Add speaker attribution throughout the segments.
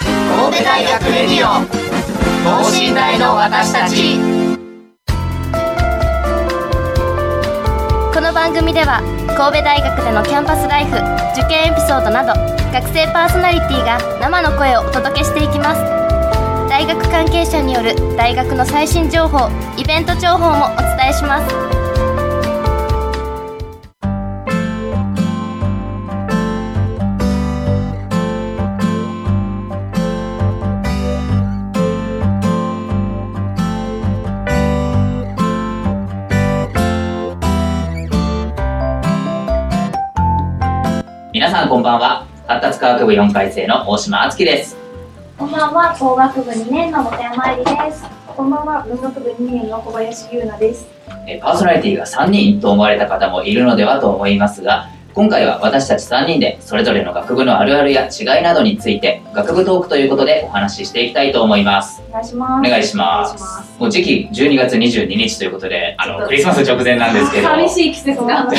Speaker 1: 神戸大学レディオン等身大の私たち
Speaker 2: この番組では神戸大学でのキャンパスライフ受験エピソードなど学生パーソナリティが生の声をお届けしていきます大学関係者による大学の最新情報イベント情報もお伝えします
Speaker 3: 皆さんこんばんは発達科学部4回生の大島敦樹です
Speaker 4: こんばんは、工学部2年の本山愛理です。こんばんは、文学部2年の小林優奈です。
Speaker 3: えーパーソナリティが3人と思われた方もいるのではと思いますが今回は私たち3人でそれぞれの学部のあるあるや違いなどについて学部トークということでお話ししていきたいと思います
Speaker 4: お願いしま
Speaker 3: お
Speaker 4: す。
Speaker 3: 願いしま
Speaker 4: お願
Speaker 3: す
Speaker 4: いしま
Speaker 3: もう時期12月22日ということであ
Speaker 5: ちょっ
Speaker 3: の
Speaker 5: と
Speaker 3: クリスマス直前なんですけど
Speaker 5: 寂しい季節が
Speaker 3: も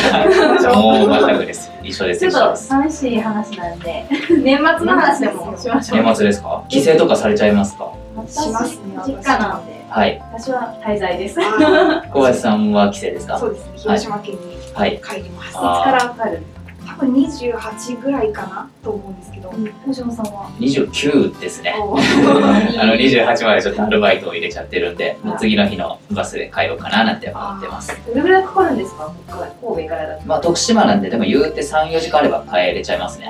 Speaker 3: う全くです一緒です
Speaker 5: ちょっ
Speaker 3: 一緒
Speaker 5: と
Speaker 3: です
Speaker 5: 寂しい話なんで年末の話でもしましょう
Speaker 3: 年末ですか帰省とかされちゃいますか
Speaker 4: しますね
Speaker 5: 私実家なので
Speaker 3: はい
Speaker 5: 私は滞在ですい
Speaker 3: 小林さんは帰省ですか
Speaker 4: そうですね、広島県に
Speaker 3: はい
Speaker 4: 帰ります。
Speaker 3: あー
Speaker 5: つからわかる
Speaker 4: 多分28ぐらいかなと思うんですけど、
Speaker 5: 大島さんは
Speaker 3: 29ですね
Speaker 4: おー
Speaker 3: あの28までちょっとアルバイトを入れちゃってるんで、もう次の日のバスで帰ろうかななんて思ってます。
Speaker 5: どれぐらいかかるんですかここから神戸からだと
Speaker 3: まあ徳島なんで、でも言うて3、4時間あれば帰れちゃいますね。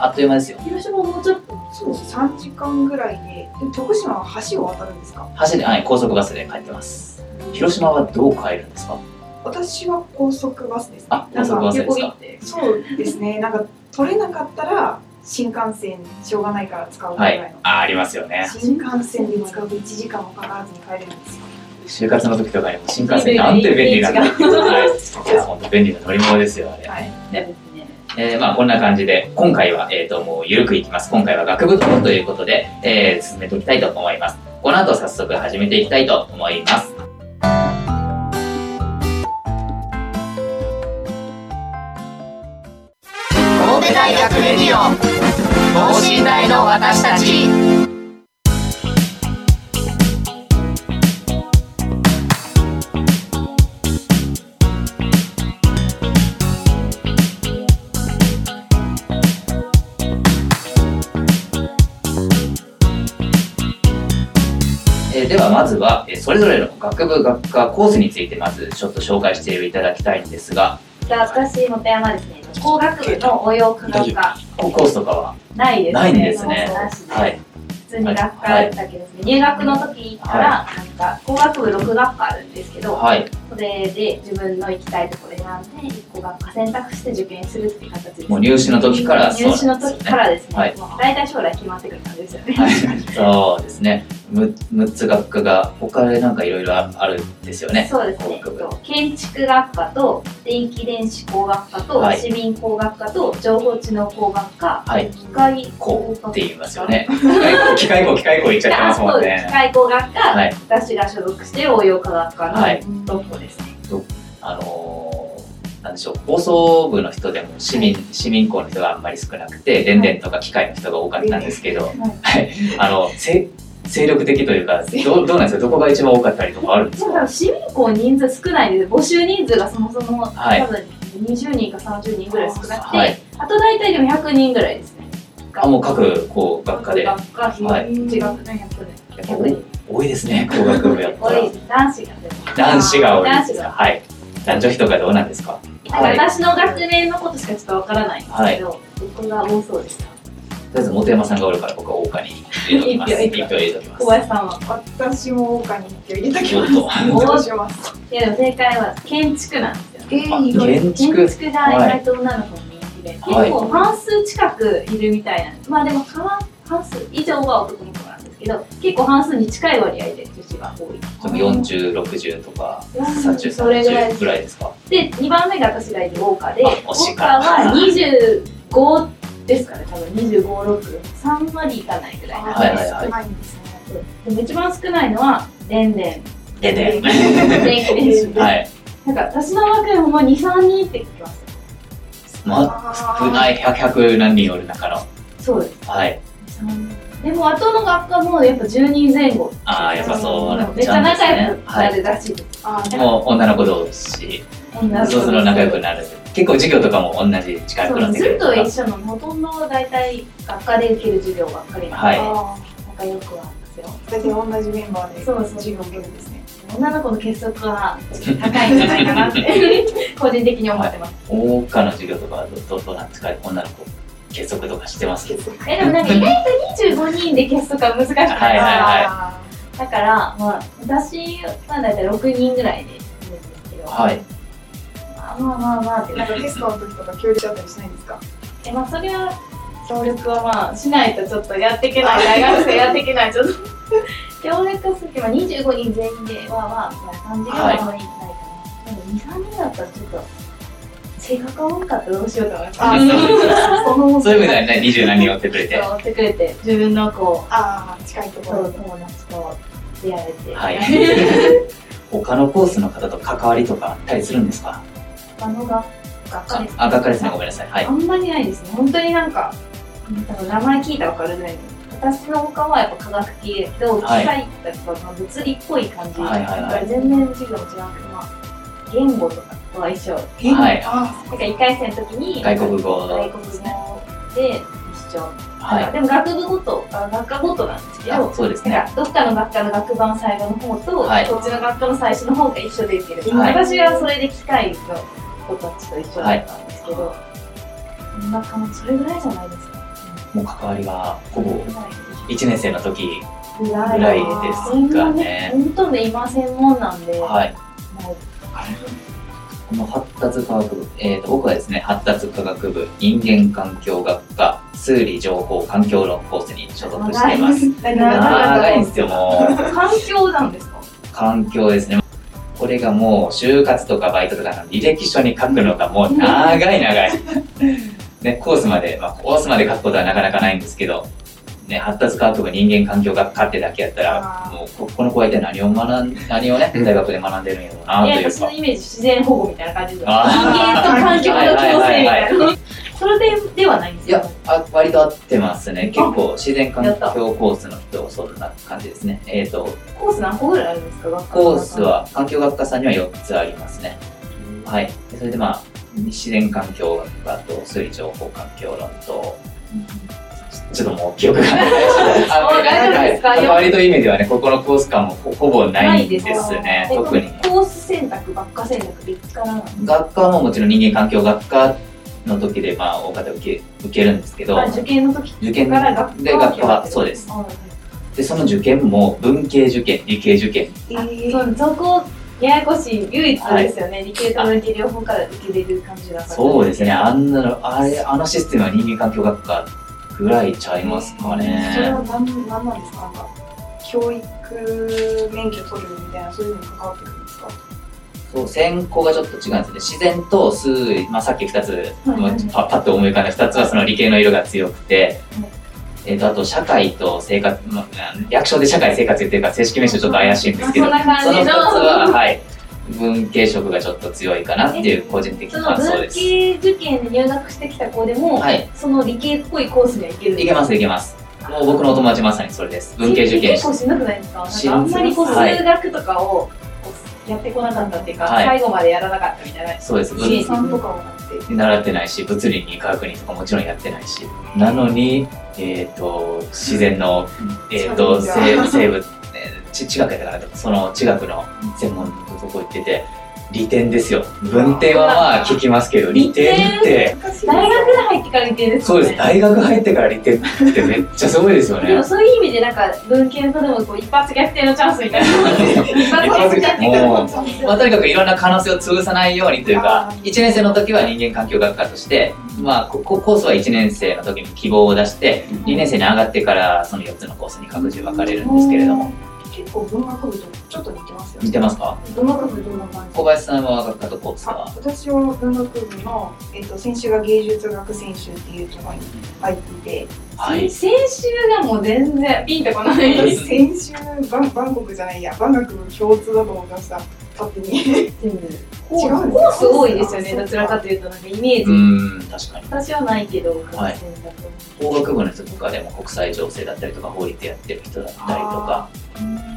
Speaker 3: あっという間ですよ。
Speaker 5: 広島もうちょっと
Speaker 4: そうです、3時間ぐらいで、で徳島は橋を渡るんですか
Speaker 3: 走り、はい、高速バスで帰ってます。広島はどう帰るんですか
Speaker 4: 私は高速バスですね。
Speaker 3: あ、
Speaker 4: な
Speaker 3: 高
Speaker 4: ん
Speaker 3: 速
Speaker 4: か
Speaker 3: バスですか
Speaker 4: そうですね、なんか取れなかったら新幹線しょうがないから使うぐ
Speaker 3: は
Speaker 4: らいの。
Speaker 3: い。あ、ありますよね。
Speaker 4: 新幹線で使うと1時間もかからずに帰れるんですよ。
Speaker 3: 就活の時とかにも新幹線なんて便利なんだ。 はい。いや、ほんと便利な乗り物ですよ、あれ。
Speaker 4: はい
Speaker 3: ねえーまあこんな感じで、今回は、えっ、と、もう緩くいきます。今回は学部トークということで、えー進めていきたいと思います。この後早速始めていきたいと思います。
Speaker 1: 神戸大学レディオン等身大の私たち
Speaker 3: えーではまずは、えーそれぞれの学部学科コースについてまずちょっと紹介していただきたいんですが、
Speaker 5: じゃあ私本山ですね工学部の応用科学科
Speaker 3: ココースとかは
Speaker 5: ないですね
Speaker 3: ないんですね
Speaker 5: なし。で
Speaker 3: はい。
Speaker 5: 普通に学科だけですね、入学の時からなんか工学部6学科あるんですけど、
Speaker 3: はい。
Speaker 5: それで自分の行きたいところ選んで、こう学科選択して受験するっていう形です。
Speaker 3: もう入試の時からそう
Speaker 5: 入試
Speaker 3: な
Speaker 5: の
Speaker 3: んですよ
Speaker 5: 時
Speaker 3: ね。
Speaker 5: からですね、
Speaker 3: はい
Speaker 5: もう大体将来決まってくるんですよ ね。
Speaker 3: はい、そうですね。む六つ学科が他でなんかいろいろあるんですよね。
Speaker 5: そうですね、えっと建築学科と電気電子工学科と
Speaker 3: はい
Speaker 5: 市民工学科と情報知能工学科、
Speaker 3: はい。
Speaker 5: 機械工
Speaker 3: こ
Speaker 5: 学
Speaker 3: う
Speaker 5: 科
Speaker 3: って言いますよね。 機械工機械工言っちゃってますもん
Speaker 5: あそうです機
Speaker 3: ね。
Speaker 5: 械工学科、
Speaker 3: はい
Speaker 5: 私が所属している応用科学科の
Speaker 3: はい
Speaker 5: 6個ですね。
Speaker 3: あのーなんでしょう放送部の人でも市民、市民校の人があんまり少なくて電電とか機械の人が多かったんですけど、はい、あのせ精力的というかどどうなんですかどこが一番多かったりとかあるんです
Speaker 5: そう
Speaker 3: か
Speaker 5: だ市民校人数少ないんです募集人数がそもそも、
Speaker 3: はい
Speaker 5: 多分20人か30人ぐらい少なくて、
Speaker 3: はい
Speaker 5: あと大体でも100人ぐらいですね
Speaker 3: あもう各こう学科でやっ
Speaker 5: 学科非
Speaker 3: はい
Speaker 5: 自学の100
Speaker 3: ぱ多多いですね工学部やっぱ
Speaker 5: 多い
Speaker 3: ら
Speaker 5: です男子がでも
Speaker 3: 男子が多いで
Speaker 5: 男
Speaker 3: す
Speaker 5: 子
Speaker 3: か
Speaker 5: が
Speaker 3: はい男女比とかどうなんですかはい
Speaker 5: 私の学年のことしかちょっとわからないんですけど、僕が多そうです
Speaker 3: とりあえず本山さんがおるから僕は大岡に入れときます
Speaker 5: 一
Speaker 3: 一
Speaker 5: 票
Speaker 3: 票入れときま
Speaker 5: 小
Speaker 3: す
Speaker 5: 林さんは
Speaker 4: 私も大岡に一票入れたけ
Speaker 3: ちょっと
Speaker 4: ど、どうします。
Speaker 5: いやでも正解は建築なんですよ
Speaker 4: え
Speaker 3: あ
Speaker 4: ー、意外
Speaker 3: 建
Speaker 5: 建
Speaker 3: 築
Speaker 5: 築が意外と女の子に人気で、
Speaker 3: はい
Speaker 5: 結構半数近くいるみたいなんですまあでも半半数以上は男の子なんですけど結構半数に近い割合で女子が多い
Speaker 3: でも4060とか
Speaker 5: うんそれぐ
Speaker 3: 3030
Speaker 5: らいです
Speaker 3: ぐらいですか
Speaker 5: で2番目が私がいる大川で
Speaker 3: あ推し
Speaker 5: 大
Speaker 3: か
Speaker 5: 川は25ですかね多分25663割いかないぐらいな
Speaker 3: はいはいはい
Speaker 4: 少ないんですね。
Speaker 5: でも一番少ないのはで んでん
Speaker 3: でで
Speaker 5: 電気電子
Speaker 3: はい
Speaker 5: なんか私の学園ほんま23人って聞きます
Speaker 3: ま少ない100 100何人おる中の
Speaker 5: そうです
Speaker 3: はい
Speaker 5: 23人でも後の学科もやっぱ10人前後
Speaker 3: ああ、やっぱそうな
Speaker 5: めっちゃ
Speaker 3: んです
Speaker 5: 仲良
Speaker 3: ね。
Speaker 5: く
Speaker 3: は。
Speaker 5: ないるらしいです、
Speaker 3: もう女の子同士、
Speaker 5: 女の子
Speaker 3: そうその仲良くなる。結構授業とかも同じ力
Speaker 5: そ
Speaker 3: くな
Speaker 5: う
Speaker 3: って
Speaker 5: ず
Speaker 3: くる
Speaker 5: っ
Speaker 3: と
Speaker 5: と
Speaker 3: か。
Speaker 5: 一緒のほとんど大体学科で受ける授業ばっかりなので、
Speaker 3: はい
Speaker 5: 仲良くはありますよ
Speaker 6: 大体同じメンバーで
Speaker 5: そうそう
Speaker 6: 授業を受けるんですね。
Speaker 5: 女の子の結束は高いんじゃないかなって個人的に思ってます、
Speaker 3: 大岡の授業とかはどどどうなんですか女の子結束とかしてますけど。
Speaker 5: えでもなんか意外と25人で結束は難しくない、
Speaker 3: はいはいはい
Speaker 6: あ
Speaker 5: だから、まあ、私は大体6人ぐらいでいるんですけど、
Speaker 3: はい。
Speaker 5: まあまあまあまあって
Speaker 6: ー
Speaker 5: なか
Speaker 6: なんかテストの時とか協力だったりしないんですか。
Speaker 5: えまあそれは協力はまあしないとちょっとやっていけない 大学生やっていけないちょっと協力する時は25人全員でわーわーみたいな感じが
Speaker 3: はい
Speaker 5: まあいいんじゃないかな、でも23人だったらちょっと性格が多かったらどうしようと思います
Speaker 6: あーそう
Speaker 5: その
Speaker 3: そういう意味ではね、二十何人寄ってくれて。
Speaker 5: 追ってくれて自分のこ
Speaker 6: あー近いと
Speaker 5: う
Speaker 6: こ
Speaker 5: そう
Speaker 6: ろ。
Speaker 5: 友達と出会えて、
Speaker 3: はい。 他のコースの方と関わりとかあったりするんですか
Speaker 5: 他のが学科です
Speaker 3: あ、学科ですね。ごめんなさい。はい
Speaker 5: あ。んまりないですね本当になんか多分名前聞いたら分かるぐらいの私の他はやっぱ科学系で機械とか、まあ物理っぽい感じ、
Speaker 3: はいはい
Speaker 5: だ
Speaker 3: は
Speaker 5: か
Speaker 3: い
Speaker 5: ら全然授業も違くて、まあ、言語とかとは一緒なんか
Speaker 3: はい
Speaker 6: あ
Speaker 5: 1回戦の時に
Speaker 3: 外国語
Speaker 5: 外国語で一緒、
Speaker 3: はい。
Speaker 5: でも学部ごとあ学科ごとなんですけど
Speaker 3: あそうですね
Speaker 5: な。んかどっかの学科の学版最後の方と、
Speaker 3: はい
Speaker 5: こっちの学科の最初の方が一緒でいける、
Speaker 3: はい
Speaker 5: 私はそれで機械の子たちと一緒だったんですけど、そんな感じそれぐらいじゃないですか
Speaker 3: もう関わりはほぼ
Speaker 5: ぐらい
Speaker 3: 一年生の時
Speaker 5: ぐ
Speaker 3: ぐ
Speaker 5: らい
Speaker 3: らいですかね。
Speaker 5: 本当で今専門なんで、
Speaker 3: はい。
Speaker 5: も
Speaker 3: この発達科学部、えー、と僕はですね、発達科学部人間環境学科数理情報環境論コースに所属しています。
Speaker 5: 長
Speaker 6: あ
Speaker 5: い
Speaker 3: 長いんですよ、もう。
Speaker 5: う環境なんですか
Speaker 3: 環境ですね。これがもう就活とかバイトとかの履歴書に書くのがもう長い長い。 ね、コースまで、まあ、コースまで書くことはなかなかないんですけど、ね、発達科学部人間環境学科ってだけやった
Speaker 6: あ
Speaker 3: ら、
Speaker 6: ー
Speaker 3: もうここの子は一体何を学ん、何をね、大学で学んでるんやろうなと
Speaker 5: いや
Speaker 3: いう
Speaker 5: 私の
Speaker 3: か。
Speaker 5: イメージ自然保護みたいな感じで人間
Speaker 3: あ
Speaker 5: と環境の共生みたいなそれでではないんです
Speaker 3: い
Speaker 5: か
Speaker 3: や、あ割と合ってますね。結構自然環境コースの人、そんな感じですね。えっ、と、
Speaker 5: コース何個ぐらいあるんですか学科の
Speaker 3: コー
Speaker 5: 中
Speaker 3: スは環境学科さんには4つありますね。はい。でそれでまあ、自然環境学科と数理情報環境論と、ちょっともう記憶がない。あ
Speaker 5: あ大丈夫ですか
Speaker 3: はい割と意味ではね、ここのコース間もほほぼないんです
Speaker 5: ない
Speaker 3: ね。
Speaker 5: です
Speaker 3: 特に。
Speaker 5: コース選択ばっか選択別からなんです
Speaker 3: 学科ももちろん人間環境学科の時でまあ、大方受け、受けるんですけど
Speaker 5: まあ、受験の時
Speaker 3: 受験
Speaker 5: から学科
Speaker 3: で学科はそうです。
Speaker 5: あ
Speaker 3: で、その受験も文系受験、理系受験。
Speaker 5: そうそこややこしい唯一ですよね、理系と文系両方から受けれる感じだから
Speaker 3: そうですね、あんなの、あれ、あのシステムは人間環境学科ぐらいちゃいますか
Speaker 6: それ
Speaker 3: ね。
Speaker 6: は何何なんですか。なんか教育免許取るみたいなそういうのに関わってくるんですか。
Speaker 3: そう、専攻がちょっと違うんですね。自然と数理、まあ、さっき2つ、
Speaker 5: はいはい
Speaker 3: パパッと思い浮かんだ2つはその理系の色が強くて
Speaker 5: はい、
Speaker 3: えっと、あと、社会と生活、まあ、略称で社会生活言ってるから正式名称ちょっと怪しいんですけど、
Speaker 5: そんな感
Speaker 3: その2つ
Speaker 5: じの
Speaker 3: は、はい、文系色がちょっと強いかなっていう個人的
Speaker 5: その
Speaker 3: 感想
Speaker 5: 文
Speaker 3: です。
Speaker 5: 系受験で入学してきた子でも、
Speaker 3: はい
Speaker 5: その理系っぽいコースには行ける
Speaker 3: いけます、いけます。もう僕のお友達まさにそれです。文系受験
Speaker 5: 結構しんどくないですかなんかあんまりこう
Speaker 3: しんどいです
Speaker 5: 数学とかをこうやってこなかったっていうか、
Speaker 3: はい
Speaker 5: 最後までやらなかったみたいな
Speaker 3: そうです。文
Speaker 5: え
Speaker 6: 計算とかもなって。
Speaker 3: 習ってないし物理に科学にとかもちろんやってないしなのに、えー、と自然の、えー、と
Speaker 6: そう
Speaker 3: 生
Speaker 6: なんだ
Speaker 3: 物生物、えーち地学やったからその地学の専門のとこ行ってて利点ですよ文点はまあ聞きますけど利点って
Speaker 5: 大学で入ってから理系です
Speaker 3: そう
Speaker 5: よね
Speaker 3: です大学入ってから利点ってめっちゃすごいですよ
Speaker 5: でも
Speaker 3: ね。
Speaker 5: そういう意味でなんか文系の子でもこう一発逆転のチャンスみたいな一発逆転っていう
Speaker 3: も
Speaker 5: か
Speaker 3: うまあ、とにかくいろんな可能性を潰さないようにというか
Speaker 6: あー
Speaker 3: 1年生の時は人間環境学科として、まあ、ここコースは1年生の時に希望を出して2年生に上がってからその4つのコースに各自分かれるんですけれども
Speaker 6: 結構文学部とちょっと似てますよ
Speaker 3: 似
Speaker 6: ね。
Speaker 3: てますか
Speaker 6: 文学部どんな感じ
Speaker 3: 小林さんは学科とコース
Speaker 6: あ
Speaker 3: は
Speaker 6: 私は文学部の、えっと選手が芸術学選手っていうところに入って
Speaker 3: はい
Speaker 5: 先週がもう全然ピンとこない
Speaker 6: て、先週、バンバンコクじゃないや、バンコク共通だと思いました。勝手に。
Speaker 5: でも
Speaker 6: 違うん
Speaker 5: コース多いですよねどちらかというとなんかイメージ、
Speaker 3: うん、確かに。
Speaker 5: 私はないけど
Speaker 3: はい
Speaker 5: 学生だと
Speaker 3: 法学部の人とかでも国際情勢だったりとか法律やってる人だったりとか、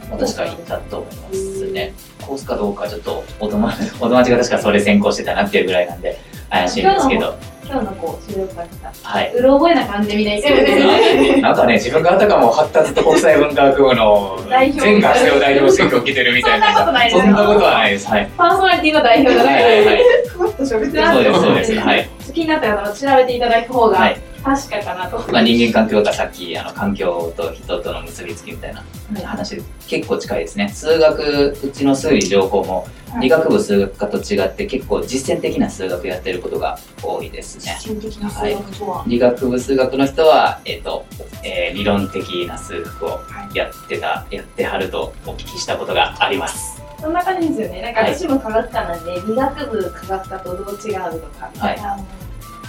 Speaker 3: まあ確かにいたと思いますね。コースかどうかちょっとお友達 お友達が確かそれ専攻してたなっていうぐらいなんで怪しいんですけど、
Speaker 5: 今日の子それを書いた
Speaker 3: はいう
Speaker 5: ろ覚えな感じでみんな言ってる
Speaker 3: なんかね、自分があたかも発達と国際文化学部の
Speaker 5: 代表
Speaker 3: 全学生を代表して今日来てるみたいな。
Speaker 5: そんなことないです
Speaker 3: そんなことはないです。はい。
Speaker 5: パーソナリティの代表じゃな
Speaker 3: はいい
Speaker 5: か
Speaker 3: はい
Speaker 5: ら
Speaker 3: はい。
Speaker 6: ふわっと喋って
Speaker 3: そうです、そうです。はい。
Speaker 5: 好きになった方は調べていただく方
Speaker 3: は
Speaker 5: が
Speaker 3: い。
Speaker 5: 確かかなと、
Speaker 3: まあ、人間環境がさっき、あの、環境と人との結びつきみたいな話、結構近いですね。数学、うちの数理情報も、
Speaker 5: はい
Speaker 3: 理学部数学科と違って結構実践的な数学やってることが多いですね。
Speaker 6: 実践的な数学とは。
Speaker 3: 理学部数学の人は、えっとえー理論的な数学をやってた、やってはるとお聞きしたことがあります。
Speaker 5: そんな感じですよねなんか私も科学科なんで、理学部科学科とどう違うとか、
Speaker 3: はい
Speaker 5: な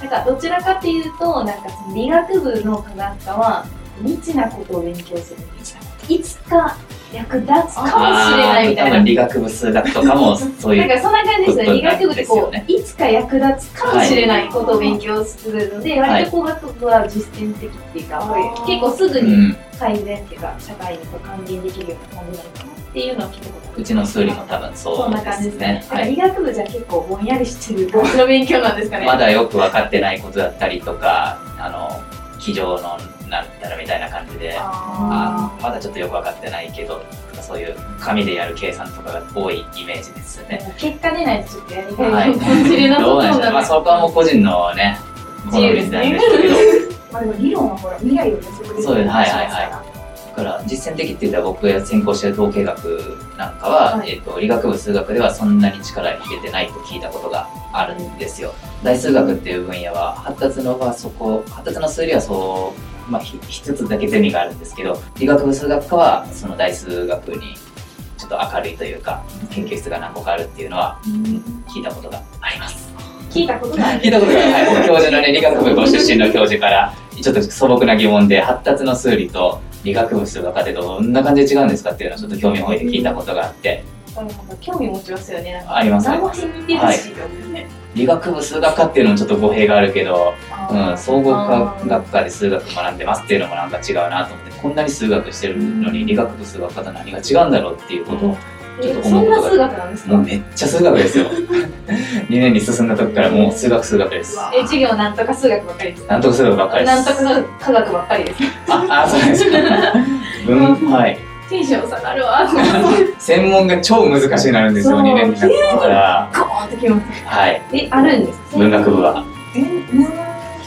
Speaker 5: んかどちらかっていうとなんかその理学部の科学科は未知なことを勉強するいつか役立つかもしれないみたい
Speaker 3: あー多
Speaker 5: な
Speaker 3: 分理学部数学とかもそうい
Speaker 5: なん
Speaker 3: う。
Speaker 5: かそんな感じですね。
Speaker 3: そうい
Speaker 5: 理
Speaker 3: うことなん
Speaker 5: 学部で
Speaker 3: ですよ
Speaker 5: こ
Speaker 3: ね
Speaker 5: う、いつか役立つかもしれないことを勉強するので、
Speaker 3: い
Speaker 5: 割と工学部は実践的っていうか、
Speaker 6: はい
Speaker 5: 結構すぐ
Speaker 3: う
Speaker 5: に
Speaker 3: ん、
Speaker 5: 改善っていうか、社会にこう還元できるような感じなのかなっていうのを聞いたことある。
Speaker 3: うちの数理も多分
Speaker 5: そん
Speaker 3: そう
Speaker 5: な
Speaker 3: で
Speaker 5: 感じですす
Speaker 3: ね
Speaker 5: ね。。だか
Speaker 3: は
Speaker 5: ら
Speaker 3: い
Speaker 5: 理学部じゃ結構ぼんやりしてる僕の勉強なんですかね。
Speaker 3: まだよく分かってないことだったりとか、あの、机上のなんたらみたいな感じで、あーまだちょっとよく分かってないけど、とかそういう紙でやる計算とかが多いイメージですね。
Speaker 5: 結果出ないとちょっとやり
Speaker 3: は
Speaker 5: がい
Speaker 3: い
Speaker 5: を感じるなと
Speaker 3: どう
Speaker 5: 思う
Speaker 3: なん
Speaker 5: の
Speaker 3: でしょう。まあ
Speaker 5: で。
Speaker 3: そこはもう個人のね、好
Speaker 5: 自由で
Speaker 3: み
Speaker 5: す
Speaker 3: なん
Speaker 5: ね
Speaker 3: ですけど。
Speaker 6: まあでも理論はほら、未来を予測できる
Speaker 3: そうですはいはいはい
Speaker 6: から
Speaker 3: だから実践的って言ったら僕が専攻してる統計学なんかは、えっと理学部数学ではそんなに力入れてないと聞いたことがあるんですよ。大数学っていう分野は発達のはそこ発達の数理はそう、まあ、ひ一つだけゼミがあるんですけど理学部数学科はその大数学にちょっと明るいというか研究室が何個かあるっていうのは聞いたことがあります。
Speaker 5: 聞いたことない。
Speaker 3: 聞いたことがない、はい、教授のね理学部ご出身の教授からちょっと素朴な疑問で発達の数理と理学部数学でどんな感じで違うんですかっていうのをちょっと興味本位で聞いたことがあって
Speaker 5: なんか興味持ちますよね。なんか
Speaker 3: あります
Speaker 5: 何
Speaker 3: ね
Speaker 5: も似てるしと思って。
Speaker 3: 理学部数学科っていうのもちょっと語弊があるけど、うん、総合科学科で数学学んでますっていうのもなんか違うなと思ってこんなに数学してるのに理学部数学科と何が違うんだろうっていうことをちょっと
Speaker 5: え
Speaker 3: 思
Speaker 5: そ
Speaker 3: うんこ
Speaker 5: な
Speaker 3: とが
Speaker 5: 数学なんです
Speaker 3: もう
Speaker 5: か
Speaker 3: めっちゃ数学ですよ2 年に進んだ時からもう数学数学です
Speaker 5: え授業なんとか数学ばっかりです
Speaker 3: なんとか数学ばっかりです
Speaker 5: なんとか科学ばっかりです
Speaker 3: ああそう ですかうんはい
Speaker 5: テンション下が るわ
Speaker 3: 専門が超難しいなるんですよ、
Speaker 5: そう
Speaker 3: 2年になったから。
Speaker 5: ガーンってきます
Speaker 3: はい。
Speaker 5: えあるんです
Speaker 3: 文学部は。
Speaker 6: えうん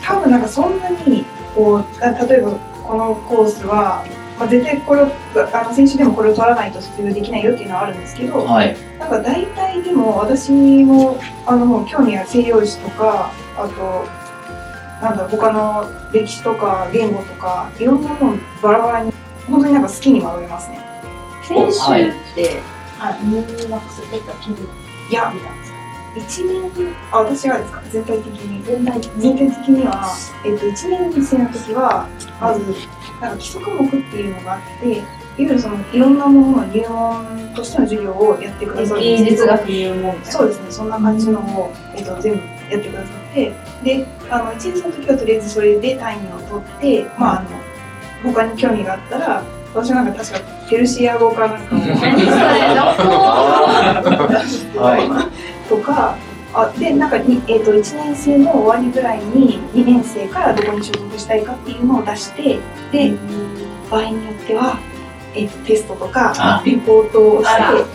Speaker 6: 多分なんかそんなにこうあ例えばこのコースは、まあ、絶対これをあの先週でもこれを取らないと卒業できないよっていうのはあるんですけど
Speaker 3: はい。
Speaker 6: なんか大体でも私もあのもう興味は西洋史とかあとなんだ他の歴史とか言語とかいろんなもんバラバラに本当になんか好きに学べますね
Speaker 5: 先週って入学するか気分
Speaker 6: いや
Speaker 5: みたいな
Speaker 6: 一年あ私がですか全体的に
Speaker 5: 全体的
Speaker 6: 全
Speaker 5: に
Speaker 6: 体的には、えっと、1年生の時はまずなんか基礎科目っていうのがあっていわゆるそのいろんなものの入門としての授業をやってくださるんで
Speaker 5: 芸
Speaker 6: すけど
Speaker 5: 術学入門みたい
Speaker 6: そうですねそんな感じのを、えっと、全部やってくださってであの1年生の時はとりあえずそれで単位を取って、まあ、あの他に興味があったら私はなんか確かペルシア語かなんかを
Speaker 5: な何それ どこ
Speaker 3: は
Speaker 6: とかあでなんかに、えー、と1年生の終わりぐらいに2年生からどこに所属したいかっていうのを出してで場合によっては、えー、とテストとか
Speaker 3: あ
Speaker 6: レポートをし
Speaker 5: あら
Speaker 6: て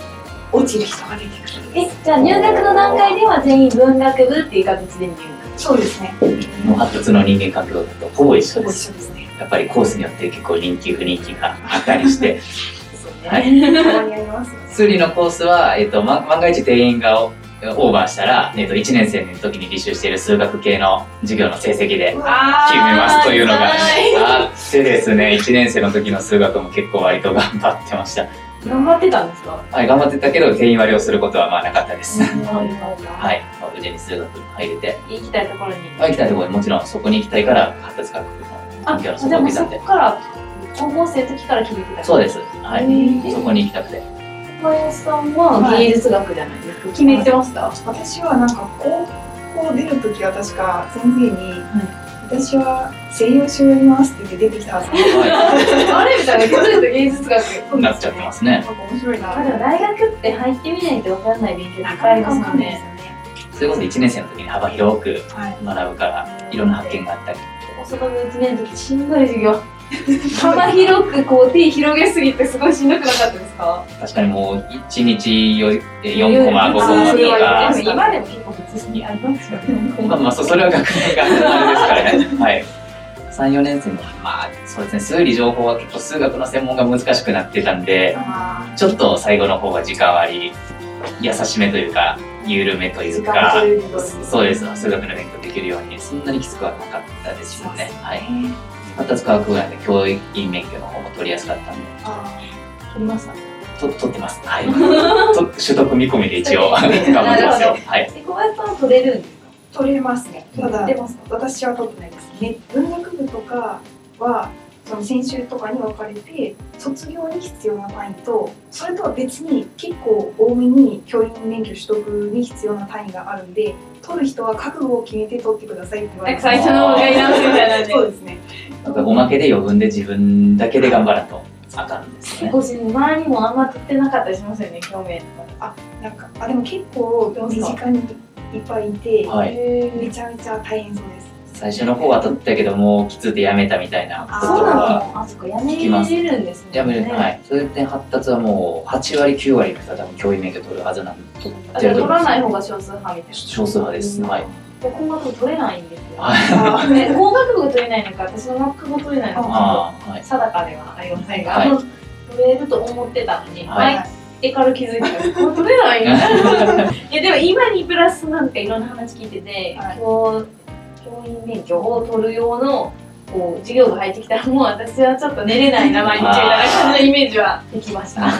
Speaker 6: 落ちる人が出てくる
Speaker 5: えじゃあ入学の段階では全員文学部っていう形で入学
Speaker 6: そうですね
Speaker 3: い。もう発達の人間関係とほぼ一
Speaker 6: ほ
Speaker 3: 緒
Speaker 6: ぼ
Speaker 3: で
Speaker 6: 一
Speaker 3: す。
Speaker 6: 緒ですね
Speaker 3: やっぱりコースによって結構人気不人気があったりして。
Speaker 5: ですよね、
Speaker 3: はい
Speaker 6: たまにありますよね
Speaker 3: 数理のコースは、えっと、ま万が一定員がオーバーしたら、えっと、1年生の時に履修している数学系の授業の成績で
Speaker 5: あー
Speaker 3: 決めますというのが
Speaker 5: はい
Speaker 3: あってですね、1年生の時の数学も結構割と頑張ってました。
Speaker 5: 頑張ってたんですか
Speaker 3: はい、頑張ってたけど、定員割れをすることはまあなかったです。
Speaker 5: は
Speaker 3: はい、まあ、無事に数学部に入れて、
Speaker 5: い、行きたいところに。
Speaker 3: まあ、行きたいところにもちろんそこに行きたいから発達学部の
Speaker 5: あ、
Speaker 3: 環
Speaker 5: じ
Speaker 3: 境
Speaker 5: ゃ
Speaker 3: のそ
Speaker 5: あ
Speaker 3: こ
Speaker 5: も
Speaker 3: を
Speaker 5: う
Speaker 3: 刻
Speaker 5: そ
Speaker 3: んで
Speaker 5: こから高校生の時から決めてた。
Speaker 3: そう
Speaker 5: う
Speaker 3: ですは
Speaker 5: へー
Speaker 3: いそこに行きたくて
Speaker 5: 小林さんは芸術学じゃないですか。決めてました。
Speaker 6: 私はなんか高校出る時は確か先生に、私は西洋史をやりますって言って出てきたはずなんで
Speaker 3: は
Speaker 5: あれみたいな、ちょっと芸術 学。
Speaker 3: い、なっちゃってますね。
Speaker 6: 面白いな
Speaker 5: まだ大学って入ってみないとわからない勉強いっぱいありますからね。
Speaker 3: それこそ1年生の時に幅広く
Speaker 6: はい
Speaker 3: 学ぶから、いろんな発見があったり。
Speaker 5: 大阪の1年の時しんどい授業。幅広くこう手広げすぎてすごいしんどくなかったですか
Speaker 3: 確かにもう1日 4, 4コマ5コマとか、
Speaker 5: でも今でも結構普通にありますよね。
Speaker 3: まあまあそうそれは学年があれ ですからね。はい。三四年生のまあそうですね数理情報は結構数学の専門が難しくなってたんで、
Speaker 6: あ
Speaker 3: ちょっと最後の方は時間割り優しめというか緩めと
Speaker 6: ー
Speaker 3: い
Speaker 6: 時
Speaker 3: う
Speaker 6: 間
Speaker 3: か
Speaker 6: と。いうことですね
Speaker 3: そうです数学の勉強できるようにそんなにきつくはなかったですよね。はい。発達科学ぐらいで教員免許の方も取りやすかったんで、
Speaker 6: あ
Speaker 5: 取りました。
Speaker 3: と取ってます。はい。と取得見込みで一応頑張ってますよ。はい。
Speaker 5: え小林さんは取れるんですか
Speaker 6: ー取れますねただ
Speaker 5: 出ます
Speaker 6: 私は取ってないですね文学部とかはその専修とかに分かれて卒業に必要な単位とそれとは別に結構多めに教員免許取得に必要な単位があるんで取る人は覚悟を決めて取ってくださいって言わ
Speaker 5: な
Speaker 6: れ
Speaker 5: ん
Speaker 6: て
Speaker 5: か最初のガイダンスみたいなね
Speaker 6: そ。うですね
Speaker 3: なんかおまけで余分で自分だけで頑張らんとあかんですね
Speaker 5: 結。構自分周りもあんま取ってなかったりしますよね、表面と
Speaker 6: なんかあでも結構身近にいっぱいいて
Speaker 5: か。
Speaker 3: はい。
Speaker 6: めちゃめちゃ大変そう です
Speaker 3: 最初の方は取ったけどもうきついてやめたみたいな
Speaker 6: あ
Speaker 3: こと
Speaker 5: そうな
Speaker 3: が
Speaker 5: のあそこやめれるんですね。
Speaker 3: やめる、はいそういう点発達はもう8割9割の人は多分教員免許取るはずなんで取
Speaker 5: あ
Speaker 3: って
Speaker 5: じゃ
Speaker 3: ると
Speaker 5: あ取
Speaker 3: 思い
Speaker 5: ら
Speaker 3: ま
Speaker 5: な
Speaker 3: す
Speaker 5: い方が少数派みたいな。
Speaker 3: 少数派です、はい
Speaker 5: で工学部取れないんですよ。
Speaker 3: はい
Speaker 6: あ
Speaker 5: ね工学部が取れないのか、私の学部が取れないのか、
Speaker 3: ああはい
Speaker 5: 定かではありませんが、
Speaker 3: はい
Speaker 5: 取れると思ってたのに、
Speaker 3: はい
Speaker 5: 入ってから気づ いたら、取れないんだ いやでも今にプラスなんかいろんな話聞いてて、
Speaker 6: はい
Speaker 5: 教教員免許を取る用のこう授業が入ってきたら、もう私はちょっと寝れないな、毎日みたいな感じのイメージはできました。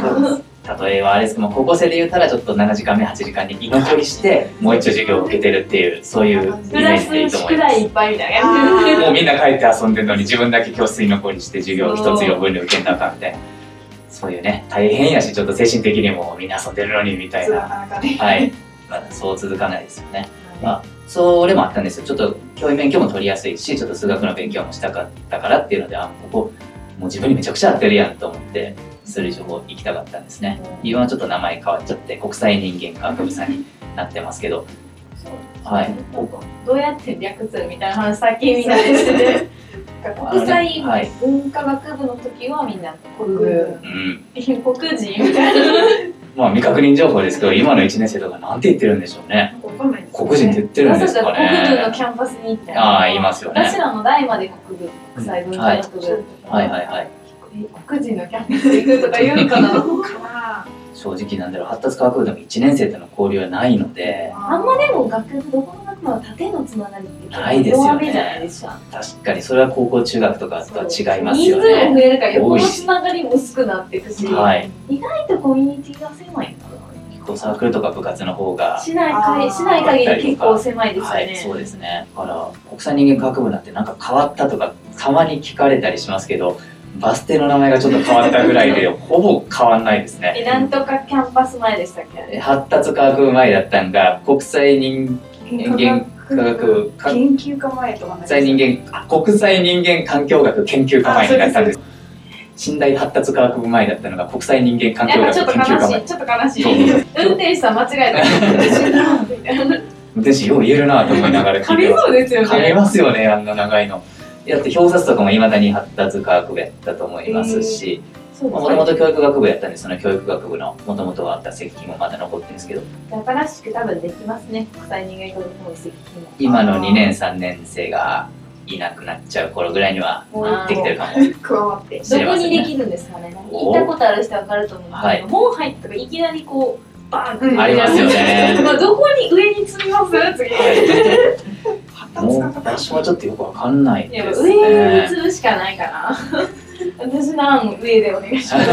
Speaker 3: 例えばあれですけども高校生で言ったらちょっと7時間目8時間に居残りしてもう一度授業を受けてるっていうそういうイ
Speaker 5: プ
Speaker 3: メ
Speaker 5: ラ
Speaker 3: ージでいい
Speaker 5: ス
Speaker 3: と思い
Speaker 5: 宿
Speaker 3: ま
Speaker 5: 題
Speaker 3: す
Speaker 5: いっぱいみたいな。
Speaker 6: あ
Speaker 3: もうみんな帰って遊んでるのに自分だけ教室に残りして授業を一つ余分に受けなあかんみたいなそういうね大変やしちょっと精神的にもみんな遊んでるのにみたい
Speaker 6: そう
Speaker 3: な
Speaker 6: なかなかね
Speaker 3: はい。まあ、そう続かないですよね。 まあ、それもあったんですよ。ちょっと教員免許も取りやすいし、ちょっと数学の勉強もしたかったからっていうので、あ、ここ、もう自分にめちゃくちゃ合ってるやんと思って、数理情報行きたかったんですね。今はちょっと名前変わっちゃって、国際人間科学部さんになってますけど、はい。
Speaker 5: どうやって略するみたいな話さっきみんなでしてて国際
Speaker 3: はい。
Speaker 5: 文化学部の時はみんな国
Speaker 6: うん
Speaker 3: うん。
Speaker 5: 国人みたいな
Speaker 3: まあ、未確認情報ですけど、今の1年生とかなんて言ってるんでしょうね。
Speaker 6: なんかわかんないですね
Speaker 3: 黒人って言ってるんで
Speaker 5: 私
Speaker 3: す
Speaker 5: たち
Speaker 3: か
Speaker 5: は国軍の
Speaker 3: ね。
Speaker 5: キャンパスに行った
Speaker 3: ああいますよね
Speaker 5: 私らの代まで国軍国際文化学部、
Speaker 3: はいはいはい。
Speaker 5: え黒人のキャンパス行くとか言うん かな
Speaker 6: かな
Speaker 3: 正直なんだろう、発達科学部でも1年生との交流はないので、
Speaker 5: あんまでも学部どこの学部は縦のつながりって
Speaker 3: ないですよね
Speaker 5: 弱めじゃないですか
Speaker 3: 確かにそれは高校中学とかとは違いますよ
Speaker 5: 人数も
Speaker 3: ね。
Speaker 5: 増えるから横のつながりも薄くなっていくし、
Speaker 3: はい、
Speaker 5: 意外とコミュニティが狭いんだな
Speaker 3: 結構サークルとか部活の方が、
Speaker 5: 市内
Speaker 6: あー
Speaker 5: か市内限り結構狭いですよ
Speaker 3: は
Speaker 5: ね。
Speaker 3: い、そうですね。だから国際人間科学部なんてなんか変わったとかたまに聞かれたりしますけど、バス停の名前がちょっと変わったぐらい でほぼ変わんないです
Speaker 5: え
Speaker 3: ね。
Speaker 5: なんとかキャンパス前でしたっけ？
Speaker 3: 発達科学部前だったんが国際人間科学科
Speaker 6: 研究家前とか
Speaker 3: 国際人間あ国際人間環境学研究科前になったんです。信頼発達科学部前だったのが国際人間環境
Speaker 5: なんかちょっ
Speaker 3: 学
Speaker 5: と
Speaker 3: 研究
Speaker 5: 悲
Speaker 3: 科
Speaker 5: し
Speaker 3: 前
Speaker 5: い、。ちょっと悲し
Speaker 3: そう
Speaker 5: い。
Speaker 3: そう
Speaker 5: 運転手さん間違えた。みた いな
Speaker 3: 運転手よう言えるなと思いながら聞
Speaker 5: 噛
Speaker 3: いて
Speaker 5: み
Speaker 3: ます
Speaker 5: そうですよね。
Speaker 3: 噛めますよねあんな長いの。だって表札とかもいまだに発達科学部やったと思いますし
Speaker 5: そう
Speaker 3: もとも
Speaker 5: で
Speaker 3: と教育学部やったんでその教育学部のもともとはあった石器もまだ残ってるんですけど
Speaker 5: すね。新しく多分できますね。国際人間科学の遺跡も。
Speaker 3: 今の2年3年生がいなくなっちゃう頃ぐらいには
Speaker 5: あー
Speaker 3: できてるかも
Speaker 6: 加わって
Speaker 3: し
Speaker 5: ど
Speaker 3: れ
Speaker 5: こ
Speaker 3: ません
Speaker 5: にで
Speaker 3: ね。
Speaker 5: きるんですかね。行
Speaker 3: お
Speaker 5: ったことある人はわかると思うんです
Speaker 3: は
Speaker 5: け
Speaker 3: い
Speaker 5: ど、門入ったとかいきなりこうバーンって出る
Speaker 3: ありますよね
Speaker 5: まあどこに上に積みます？次。
Speaker 6: 発
Speaker 3: も
Speaker 6: 達
Speaker 3: う
Speaker 6: 科学
Speaker 3: 私もちょっとよくわかんない
Speaker 5: いや
Speaker 3: です
Speaker 5: 上に
Speaker 3: ね。
Speaker 5: 積むしかないか な。私の案も上でお願いします。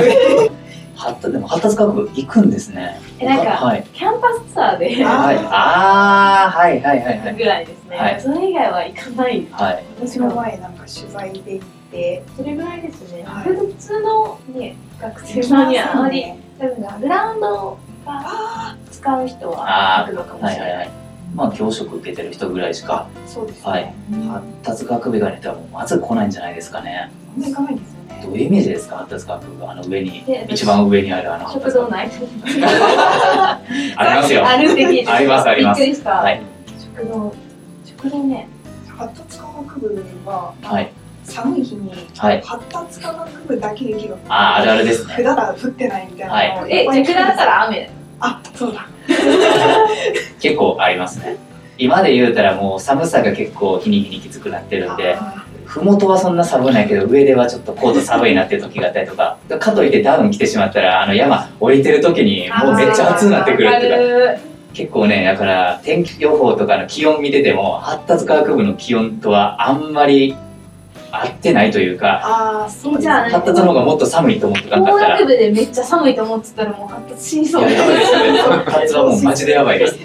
Speaker 3: 発達でも発達科学部行くんですね。
Speaker 5: えなんか
Speaker 3: はい
Speaker 5: キャンパスツアーで
Speaker 6: あ
Speaker 3: はいあーはいはいはいはい
Speaker 5: ぐらいですね、
Speaker 3: はい
Speaker 5: それ以外は行かない
Speaker 3: はい
Speaker 6: 私も前なんか取材で行って
Speaker 5: それぐらいですね、
Speaker 6: はい
Speaker 5: 普通のね学生さんにはあまり
Speaker 6: ね
Speaker 5: ち多分なグラウンドが使う人は
Speaker 3: あ
Speaker 5: 書くのかも
Speaker 3: は
Speaker 5: し
Speaker 3: い
Speaker 5: れ
Speaker 3: は
Speaker 5: ないい。
Speaker 3: はいまあ教職受けてる人ぐらいしか
Speaker 6: そうですね。
Speaker 3: はい発達科学部以外の人はもうまず来ないんじゃないですかね
Speaker 6: あんまりいかないんですよね。
Speaker 3: どういうイメージですか発達科学部あの上に
Speaker 5: で私
Speaker 3: 一番上にあるあの発
Speaker 5: 食
Speaker 3: 達科学
Speaker 5: 堂
Speaker 3: 部
Speaker 5: 内
Speaker 3: ありますよ
Speaker 5: あるって聞いて
Speaker 3: ありますあります
Speaker 5: びっくりした。
Speaker 3: はい
Speaker 5: 食堂食堂ね。
Speaker 6: 発達科学部は、
Speaker 3: はい
Speaker 6: 寒い日に
Speaker 3: はい
Speaker 6: 発達科学部だけ雪が
Speaker 3: あーあるあるですね
Speaker 6: 管が降ってないみたいなのを
Speaker 5: え、
Speaker 6: いっぱい
Speaker 5: 塾だったら雨。
Speaker 6: あそうだ
Speaker 3: 結構ありますね今で言うたらもう寒さが結構日に日にきつくなってるんで
Speaker 6: あ
Speaker 3: 麓はそんな寒いないけど上ではちょっとコート寒いなっていう時があったりとかかといってダウン着てしまったらあの山降りてる時にもうめっちゃ暑くなってくるっていうか
Speaker 5: る。
Speaker 3: 結構ねだから天気予報とかの気温見てても発達科学部の気温とはあんまり合ってないというか
Speaker 6: あーそうです
Speaker 5: じゃあ
Speaker 3: 発達の方がもっと寒いと思ってたんだ
Speaker 5: 工
Speaker 3: ったら
Speaker 5: 学部でめっちゃ寒いと思ってたらもう発達しに
Speaker 3: い
Speaker 5: そう
Speaker 3: や。やばいですよね発達はもうマジでやばいです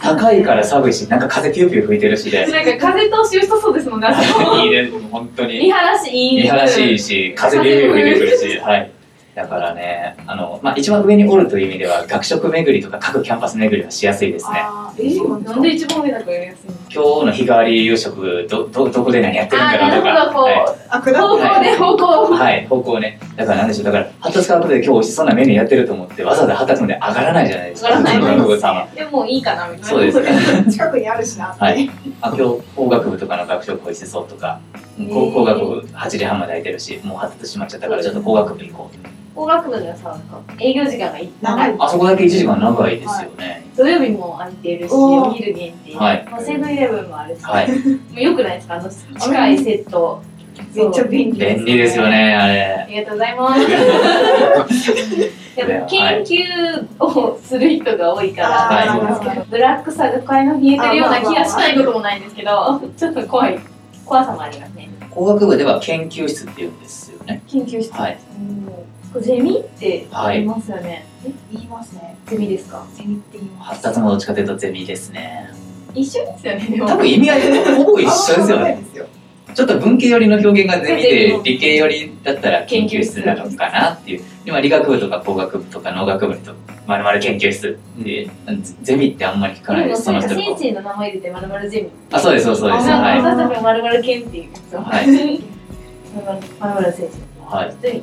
Speaker 3: 高いから寒いしなんか風ピューピュー吹いてるしで
Speaker 5: なんか風通し良さそうですもんね。あそこ
Speaker 3: いいです本当に
Speaker 5: 見晴らしいい
Speaker 3: 見
Speaker 5: です。
Speaker 3: 晴らしいし風ビュービュー吹いてくるし、はい、だからねあの、まあ、一番上におるという意味では学食巡りとか各キャンパス巡りはしやすいですね
Speaker 6: あーえそうなんです
Speaker 5: な
Speaker 6: か
Speaker 5: んで一番上だからやりやすいの
Speaker 3: 今日の日替わり夕食どどどこで何やってるん
Speaker 5: あ
Speaker 3: だ
Speaker 5: ー、な
Speaker 3: ろう
Speaker 5: る
Speaker 3: とか
Speaker 5: ほど、こ
Speaker 3: は
Speaker 6: あ管
Speaker 5: う。方向で方
Speaker 3: い、
Speaker 5: 向。
Speaker 3: はい、方向ねだからなんでしょうだから発達科学部で今日美味しそうなメニューやってると思ってわざわざ発達まで上がらないじゃないですか
Speaker 5: 上がらない
Speaker 3: 学部さんは
Speaker 5: でもいいかなみたいな。
Speaker 3: そうですね
Speaker 6: 近くにあるしなって、
Speaker 3: はいあ今日工学部とかの学食美味しそうとか工工学部8時半まで空いてるしもう発達しまっちゃったからちょっと工学部行こう
Speaker 5: 工学部がさ、営業時間が長
Speaker 6: 長
Speaker 5: い。
Speaker 6: い
Speaker 3: あそこだけ1時間長いですよね
Speaker 5: 土曜日も空いてるし、
Speaker 6: おー
Speaker 5: お昼にっていう。
Speaker 3: はい
Speaker 5: まあセブンイレブンもあるし。
Speaker 3: はい
Speaker 5: もう良くないですかあの、近いセット。
Speaker 6: めっちゃ便利
Speaker 3: 便利ですよ。ね、あれ
Speaker 5: あ。りがとうございます。 やっぱ研究をする人が多いから、
Speaker 3: はい
Speaker 6: あー
Speaker 3: そうです
Speaker 6: なるほど
Speaker 5: ブラックさが垣間見えてるような気がしないこともないんですけど、 ちょっと怖い、怖さもありますね。
Speaker 3: 工学部では研究室って言うんですよね。
Speaker 5: 研究室。
Speaker 3: はい。
Speaker 5: うんゼミって
Speaker 3: はい
Speaker 5: 言いますよね。
Speaker 6: え言いますね
Speaker 5: ゼミですか
Speaker 6: セミって言いま
Speaker 3: 発
Speaker 6: す
Speaker 3: 達もどっちかというとゼミですね。
Speaker 5: 一緒ですよね、でも。
Speaker 3: 多分意味はほぼ一緒ですよね。ちょっと文系寄りの表現がゼミで、理系寄りだったら研究室なのかなっていう。今理学部とか工学部とか農学部とまるまる研究室で、ゼミってあんまり聞かない
Speaker 5: で
Speaker 3: で
Speaker 5: も
Speaker 3: す。そ
Speaker 5: そ
Speaker 3: の
Speaker 5: うか、
Speaker 3: 人の
Speaker 5: 先
Speaker 3: 子。
Speaker 5: 生の名前入れて、まるまるゼミ。
Speaker 3: あ、そうですそうですそうです。
Speaker 6: あ
Speaker 3: はい。
Speaker 5: 私たちもまるまる研っていうやつを。
Speaker 3: はい
Speaker 5: まるまる先生。
Speaker 3: はい。
Speaker 5: ゼミね。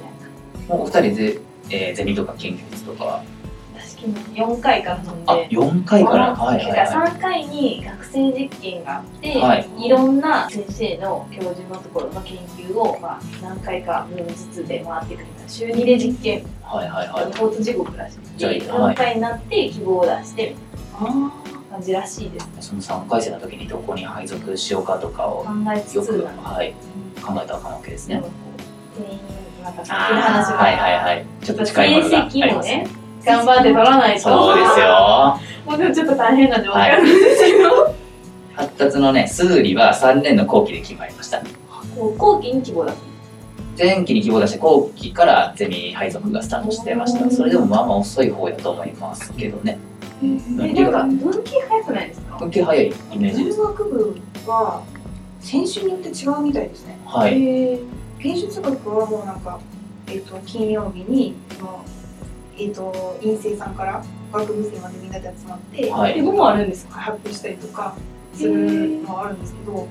Speaker 3: もうお二人で、えーゼミとか研究室とかは、
Speaker 5: 私昨日4回から飲ん
Speaker 3: あ
Speaker 5: で、。
Speaker 3: 四回から、はいはいは
Speaker 5: 3回に学生実験があって、、
Speaker 3: はい
Speaker 5: ろんな先生の教授のところの研究を、まあ、何回かずつで回ってくれた週2で実験
Speaker 3: い。はいはい
Speaker 5: あ
Speaker 3: は
Speaker 5: の
Speaker 3: い。
Speaker 5: 交通事故らしく
Speaker 3: じゃあ
Speaker 5: て
Speaker 3: はい
Speaker 5: 4回になって希望を出してみ
Speaker 6: あ
Speaker 5: たいな感じらしいです
Speaker 3: その三回生の時にどこに配属しようかとかを
Speaker 5: 考えつ
Speaker 3: よ
Speaker 5: つ
Speaker 3: く、
Speaker 5: なんか
Speaker 3: はい、考えたらあかんわけです
Speaker 5: 全
Speaker 3: ね
Speaker 5: 員。にまた
Speaker 3: あ
Speaker 5: 聞る話が
Speaker 3: はいはいはい。ちょっと近いものがあ
Speaker 5: 成
Speaker 3: り
Speaker 5: 績も
Speaker 3: ます
Speaker 5: ね。頑張って取らないと
Speaker 3: そうですよ。
Speaker 5: もうでもちょっと大変な状態なんですけど、
Speaker 3: 発達のね、数理は3年の後期で決まりました。
Speaker 5: こう後期に希望だ
Speaker 3: 前期に希望出して後期からゼミ配属がスタートしてました。それでもまあまあ遅い方やと思いますけどね。
Speaker 6: ー
Speaker 5: えなんか分岐早くないですか
Speaker 3: 受け早いイメージです。
Speaker 6: 文学部は選手によって違うみたいですね
Speaker 3: はい。
Speaker 5: へ
Speaker 6: 芸術学はもうなんか、えっと金曜日にその、えっと院生さんから学部生までみんなで集まって、
Speaker 3: は
Speaker 5: え
Speaker 3: い。
Speaker 5: もあるんですか
Speaker 6: 発表したりとかするのはあるんですけど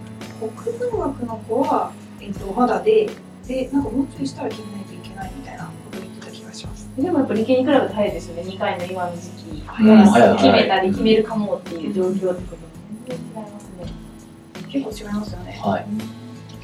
Speaker 6: 国文学の子は、えっとまだででなんかもうちょいしたら決めないといけないみたいなこと言ってた気がします。
Speaker 5: でもやっぱ理系に比べて早いですよね、2回の今の時期。
Speaker 3: うん早い
Speaker 5: 決めた
Speaker 3: 早い
Speaker 5: り決めるかもっていう状況ってこと全然違いますね。
Speaker 6: 結構違いますよね。
Speaker 3: はい。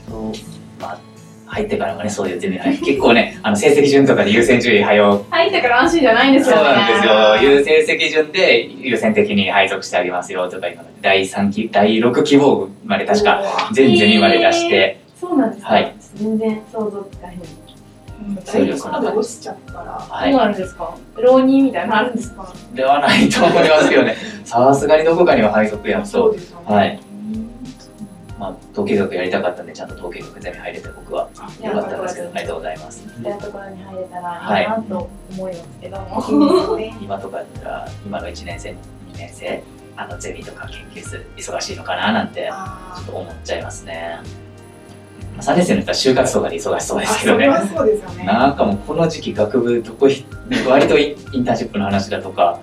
Speaker 3: そうまあ入ってからもね、そういうゼミ配結構ね、あの成績順とかで優先順位配を
Speaker 5: 入ったから安心じゃないんです
Speaker 3: そう
Speaker 5: よね。
Speaker 3: なんですよ。優先席順で優先的に配属してあげますよとか今第三期第六希望まで確か全ゼミまで出して、
Speaker 5: そうなんですか、
Speaker 3: はい
Speaker 5: 全然想像つかへん。
Speaker 3: そういう
Speaker 6: そまで落ちちゃったら
Speaker 3: はい
Speaker 5: どうなるんですか浪人みたいなのあるんですか
Speaker 3: ではないと思いますけ どね。さすがにどこかには配属やん
Speaker 6: そう
Speaker 3: と。
Speaker 6: ですよね。
Speaker 3: はい。まあ統計学やりたかったんでちゃんと統計学ゼミ入れて僕は良かったんですけどありがとうございます。
Speaker 5: 行きたいところに入れたらいいなと思いますけど も。
Speaker 6: いいですよね。
Speaker 3: 今とかだったら今の一年生二年生あのゼミとか研究室忙しいのかななんてちょ
Speaker 6: あ
Speaker 3: っと思っちゃいますね。
Speaker 6: ー
Speaker 3: まあ3年生の人は就活とかで忙しそうですけど
Speaker 6: それ
Speaker 3: ね
Speaker 6: はそうですよね。
Speaker 3: なんかもうこの時期学部どこい割とインターンシップの話だとか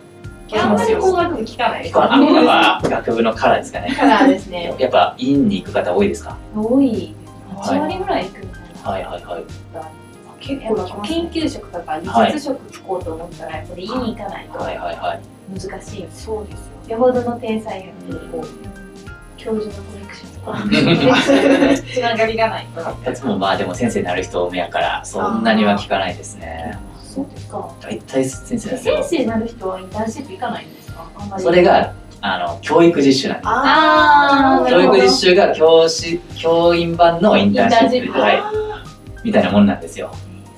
Speaker 3: 聞き
Speaker 5: あん
Speaker 3: ま
Speaker 5: ますり工
Speaker 3: よ
Speaker 5: 学部聞かないです
Speaker 3: あ
Speaker 5: か
Speaker 3: やっぱ学部のカラーですかね
Speaker 5: らですね、
Speaker 3: やっぱ院に行く方多いですか
Speaker 5: 多い。
Speaker 3: はい
Speaker 5: 8割ぐらい行くみたいな。
Speaker 3: はいはいはい
Speaker 5: やっぱ
Speaker 6: 結構だきます
Speaker 5: 研
Speaker 6: ね。
Speaker 5: 究職とか
Speaker 3: は
Speaker 5: 技
Speaker 3: い
Speaker 5: 術職つこうと思ったらやっぱり院に行かないと
Speaker 3: はいはいはい
Speaker 5: 難しいよね
Speaker 6: そうですよ。
Speaker 5: よほどの天才やってこう教授のコレクションとか つながりがないと
Speaker 3: 発達もまあでも先生になる人目やからそんなには聞かないですね
Speaker 5: そうですか
Speaker 3: 大体先生なん
Speaker 5: 先
Speaker 3: ですよ
Speaker 5: 生になる人はインターンシップ行かないんですかあんまり
Speaker 3: それがあの教育実習なんです
Speaker 5: あーな
Speaker 3: 教
Speaker 5: るほ
Speaker 3: 育
Speaker 5: ど
Speaker 3: 実習が教師教員版のインターンシップ
Speaker 5: インターンシップ
Speaker 3: はい、みたいなもんなんですよ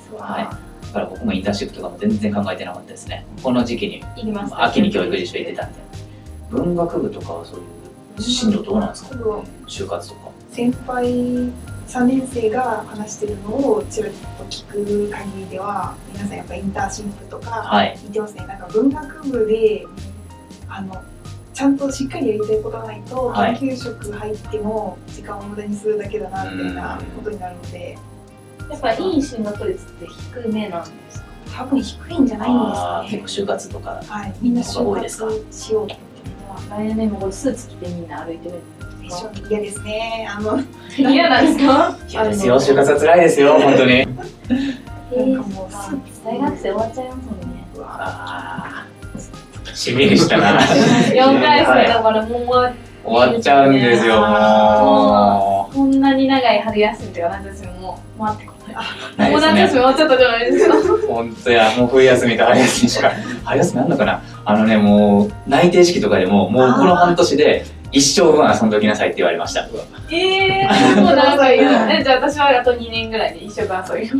Speaker 5: そう
Speaker 3: はいだから僕もインターンシップとかも全然考えてなかったですねこの時期に
Speaker 5: 行きます
Speaker 3: 秋に教育実習行ってたんで文学部とかはそういう進路どうなんですか
Speaker 6: 文学
Speaker 3: 就活とか
Speaker 6: 先輩3年生が話してるのをちらっと聞く限りでは皆さんやっぱインターンシップとか
Speaker 3: はい
Speaker 6: 見てますねなんか文学部であのちゃんとしっかりやりたいことがないと
Speaker 3: はい
Speaker 6: 研究職入っても時間を無駄にするだけだなみたいなことになるので
Speaker 5: やっぱ院進学率って低めなんですか
Speaker 6: 多分低いんじゃない
Speaker 3: あ
Speaker 6: ん
Speaker 3: ー
Speaker 6: ですかね
Speaker 3: 結構就活とか
Speaker 6: はいみんな
Speaker 3: ここが多い
Speaker 6: 就
Speaker 3: ですか
Speaker 6: 活しようって
Speaker 5: 来年もスーツ着てみんな歩いてる
Speaker 6: 一緒に嫌ですねあのなんか
Speaker 5: 嫌なんです か
Speaker 3: いやですよ就活は辛いです よ本当に
Speaker 6: もうスーツ
Speaker 5: 大学生終わっちゃいますもんね
Speaker 3: ああしびれしたな
Speaker 5: 4回生
Speaker 3: はい
Speaker 5: だからもう終わっ
Speaker 3: 終わっちゃうんですよも
Speaker 5: こんなに長い春休みとか夏休みも回ってこない。
Speaker 3: うない
Speaker 5: も
Speaker 3: で
Speaker 5: う
Speaker 3: すね
Speaker 5: 夏休み終わっちゃったじゃないですか。
Speaker 3: 本当や、もう冬休みと春休みしか、 春休みあんのかなあのね、もう内定式とかでも、もうこの半年で一生分遊んどきなさいって言われました。
Speaker 5: ええー、もう長いよね。じゃあ私はあと2年ぐらいで一生分遊び。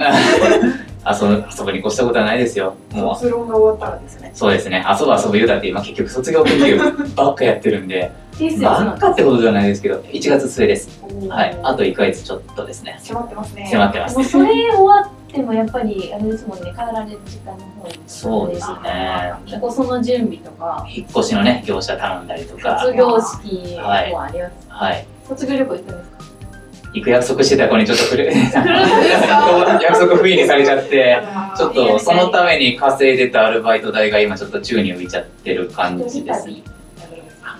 Speaker 3: 遊ぶ遊ぶに越したことはないですよ。も
Speaker 6: 卒論が終わったらですね
Speaker 3: う、そうですね、遊ぶ遊ぶ言うたって今結局卒業研究ばっかやってるんで、
Speaker 5: テスト
Speaker 3: ば
Speaker 5: な
Speaker 3: っかってことじゃないですけど、1月末です。
Speaker 5: の。
Speaker 3: はい、あと1ヶ月ちょっとですね、
Speaker 6: 迫ってますね
Speaker 3: 迫ってます。
Speaker 5: もうそれ終わってもやっぱりあれですもんね。帰られる時間の方に。
Speaker 3: そうですね。
Speaker 5: 結構その準備とか
Speaker 3: 引っ越しのね、業者頼んだりとか、
Speaker 5: 卒業式もあります。
Speaker 3: はい。
Speaker 5: 卒業旅行行くんですか。
Speaker 3: 行く約束してた子にちょっと触れ、
Speaker 5: ですか
Speaker 3: 約束不意にされちゃって、
Speaker 6: あ
Speaker 3: ちょっとそのために稼いでたアルバイト代が今ちょっと宙に浮いちゃってる感じです。
Speaker 5: 一人旅やるんですか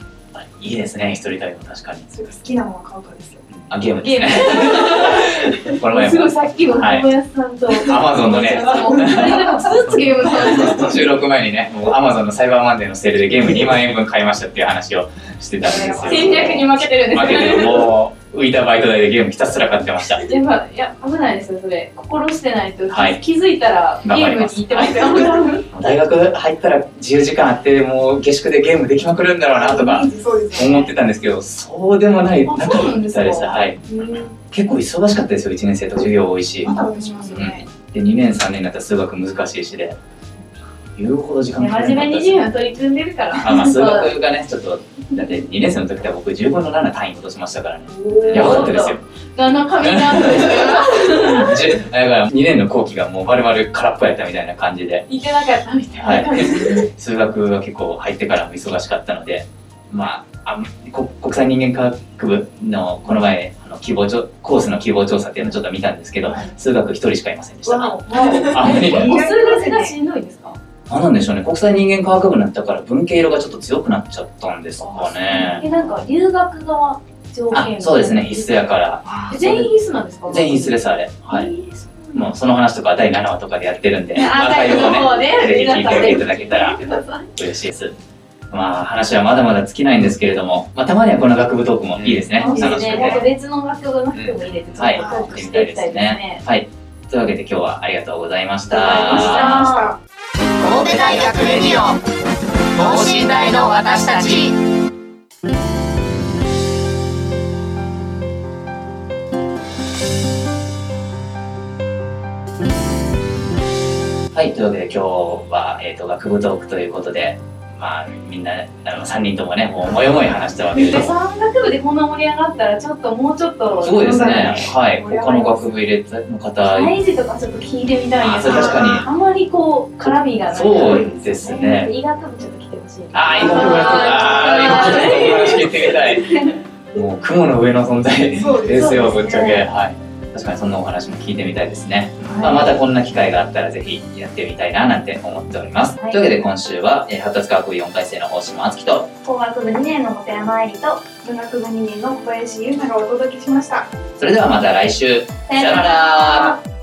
Speaker 3: いいですね、一人旅も確かに。
Speaker 6: それが好きなものを買うとですよ。
Speaker 3: あ、ゲームで
Speaker 5: ゲ
Speaker 3: すね。この前
Speaker 5: すご
Speaker 3: も
Speaker 5: いさっきの友安さんと、
Speaker 3: Amazon のね
Speaker 5: もうなんかスーツゲームの話
Speaker 3: 収録前にね、もう Amazon のサイバーマンデーのセールでゲーム2万円分買いましたっていう話をしてたんですよ。
Speaker 5: 戦略に負けてるんです
Speaker 3: 負けてるもう浮いたバイト代でゲームひたすら買ってました。
Speaker 5: やっぱいや危ないですよそれ心してないと、
Speaker 3: はい
Speaker 5: 気づいたらゲ
Speaker 3: 頑張
Speaker 5: ー
Speaker 3: り
Speaker 5: ムに
Speaker 3: ます
Speaker 5: 行ってますよ
Speaker 3: 大学入ったら自由時間あって、もう下宿でゲームできまくるんだろうなとか
Speaker 6: イメージそうですよね
Speaker 3: 思ってたんですけど、そうでもない、
Speaker 5: あ
Speaker 3: なか
Speaker 5: そうなん
Speaker 3: っ
Speaker 5: です
Speaker 3: た
Speaker 5: か
Speaker 3: です。はい。結構忙しかったですよ、1年生と授業多いし。
Speaker 6: まだ私ますよね。
Speaker 3: で2年3年になったら数学難しいしで言うほど時間かか
Speaker 5: 真
Speaker 3: らな
Speaker 5: 面目
Speaker 3: かった
Speaker 5: に授
Speaker 3: し
Speaker 5: 業取り組んでるから
Speaker 3: あまあ数学がねちょっとだって2年生の時は僕10分の7単位落としましたからねやばかったですよ
Speaker 5: あのカミングアウトですよ
Speaker 3: じゅだから2年の後期がもう丸々空っぽやったみたいな感じで、
Speaker 5: 行けなかったみ
Speaker 3: は
Speaker 5: たいな、
Speaker 3: い、 数学は結構入ってからも忙しかったのでまああんこ国際人間科学部のこの前あの希望調コースの希望調査っていうのをちょっと見たんですけど数学1人しかいませんでした
Speaker 6: わ
Speaker 3: あ無理だ
Speaker 5: お数学がしんどいんですか
Speaker 3: なんなんでしょうね国際人間科学部になったから文系色がちょっと強くなっちゃったんですかね
Speaker 5: えなんか留学が条
Speaker 3: あ
Speaker 5: 件
Speaker 3: そうですね必須やから
Speaker 5: え全員必須なんですか
Speaker 3: 全員必須ですあれは
Speaker 5: え
Speaker 3: い
Speaker 5: ーそうなんだ
Speaker 3: もうその話とか第7話とかでやってるんで
Speaker 5: あ
Speaker 3: アーカイブを
Speaker 5: 第七話ね
Speaker 3: ぜひ聞いておいていただけたら
Speaker 5: ください
Speaker 3: 嬉しいですまあ話はまだまだ尽きないんですけれども、まあ、たまにはこの学部トークもいいですね、
Speaker 5: そうで
Speaker 3: 楽
Speaker 5: す
Speaker 3: しく
Speaker 5: ね。
Speaker 3: て
Speaker 5: なんか別の学部の人も入れて、ちょっとトークしていきたいですね。
Speaker 3: はいというわけで今日はありがとうございました
Speaker 5: ありがとうございまし
Speaker 1: 神戸
Speaker 5: た
Speaker 1: 大学レディオ 等身大の私たち
Speaker 3: はい、というわけで今日は、えー、と学部トークということで、まあ、みんなあの3人ともねもう思い思い話したわけ です
Speaker 5: で、山学部でこんな盛り上がったら、ちょっともうちょっと。
Speaker 3: すごいです
Speaker 6: そう
Speaker 3: ね
Speaker 6: だ。
Speaker 3: はい、
Speaker 6: 盛り上
Speaker 3: 他
Speaker 6: がり
Speaker 3: の
Speaker 6: ます
Speaker 3: 学部入れたの方、
Speaker 5: 大事とかちょっと聞いてみたいん
Speaker 3: あ
Speaker 5: で
Speaker 3: それ
Speaker 5: すけど
Speaker 3: 確か
Speaker 5: あんまりこう、絡みがな
Speaker 3: に
Speaker 5: い。
Speaker 3: そうですね。
Speaker 5: 医学部ちょっと来てほしい。
Speaker 3: ああ、
Speaker 5: 医
Speaker 3: 今僕があ
Speaker 5: 学
Speaker 3: ー今僕が話聞いてみたい。もう雲の上の存在
Speaker 6: そう
Speaker 3: ですよ、
Speaker 6: そ
Speaker 3: ぶ
Speaker 6: う
Speaker 3: っ
Speaker 6: で
Speaker 3: ち
Speaker 6: す
Speaker 3: ゃ
Speaker 6: ね
Speaker 3: け。はい。確かにそんなお話も聞いてみたいですね。まあ、
Speaker 6: は
Speaker 3: またこんな機会があったらぜひやってみたいななんて思っております。
Speaker 5: はい
Speaker 3: というわけで今週は、えー発達科学部4回生の大島敦樹と
Speaker 4: 工学部2年の本山愛理と
Speaker 6: い、文学部2年の小林優奈がお届けしました。
Speaker 3: それではまた来週さよなら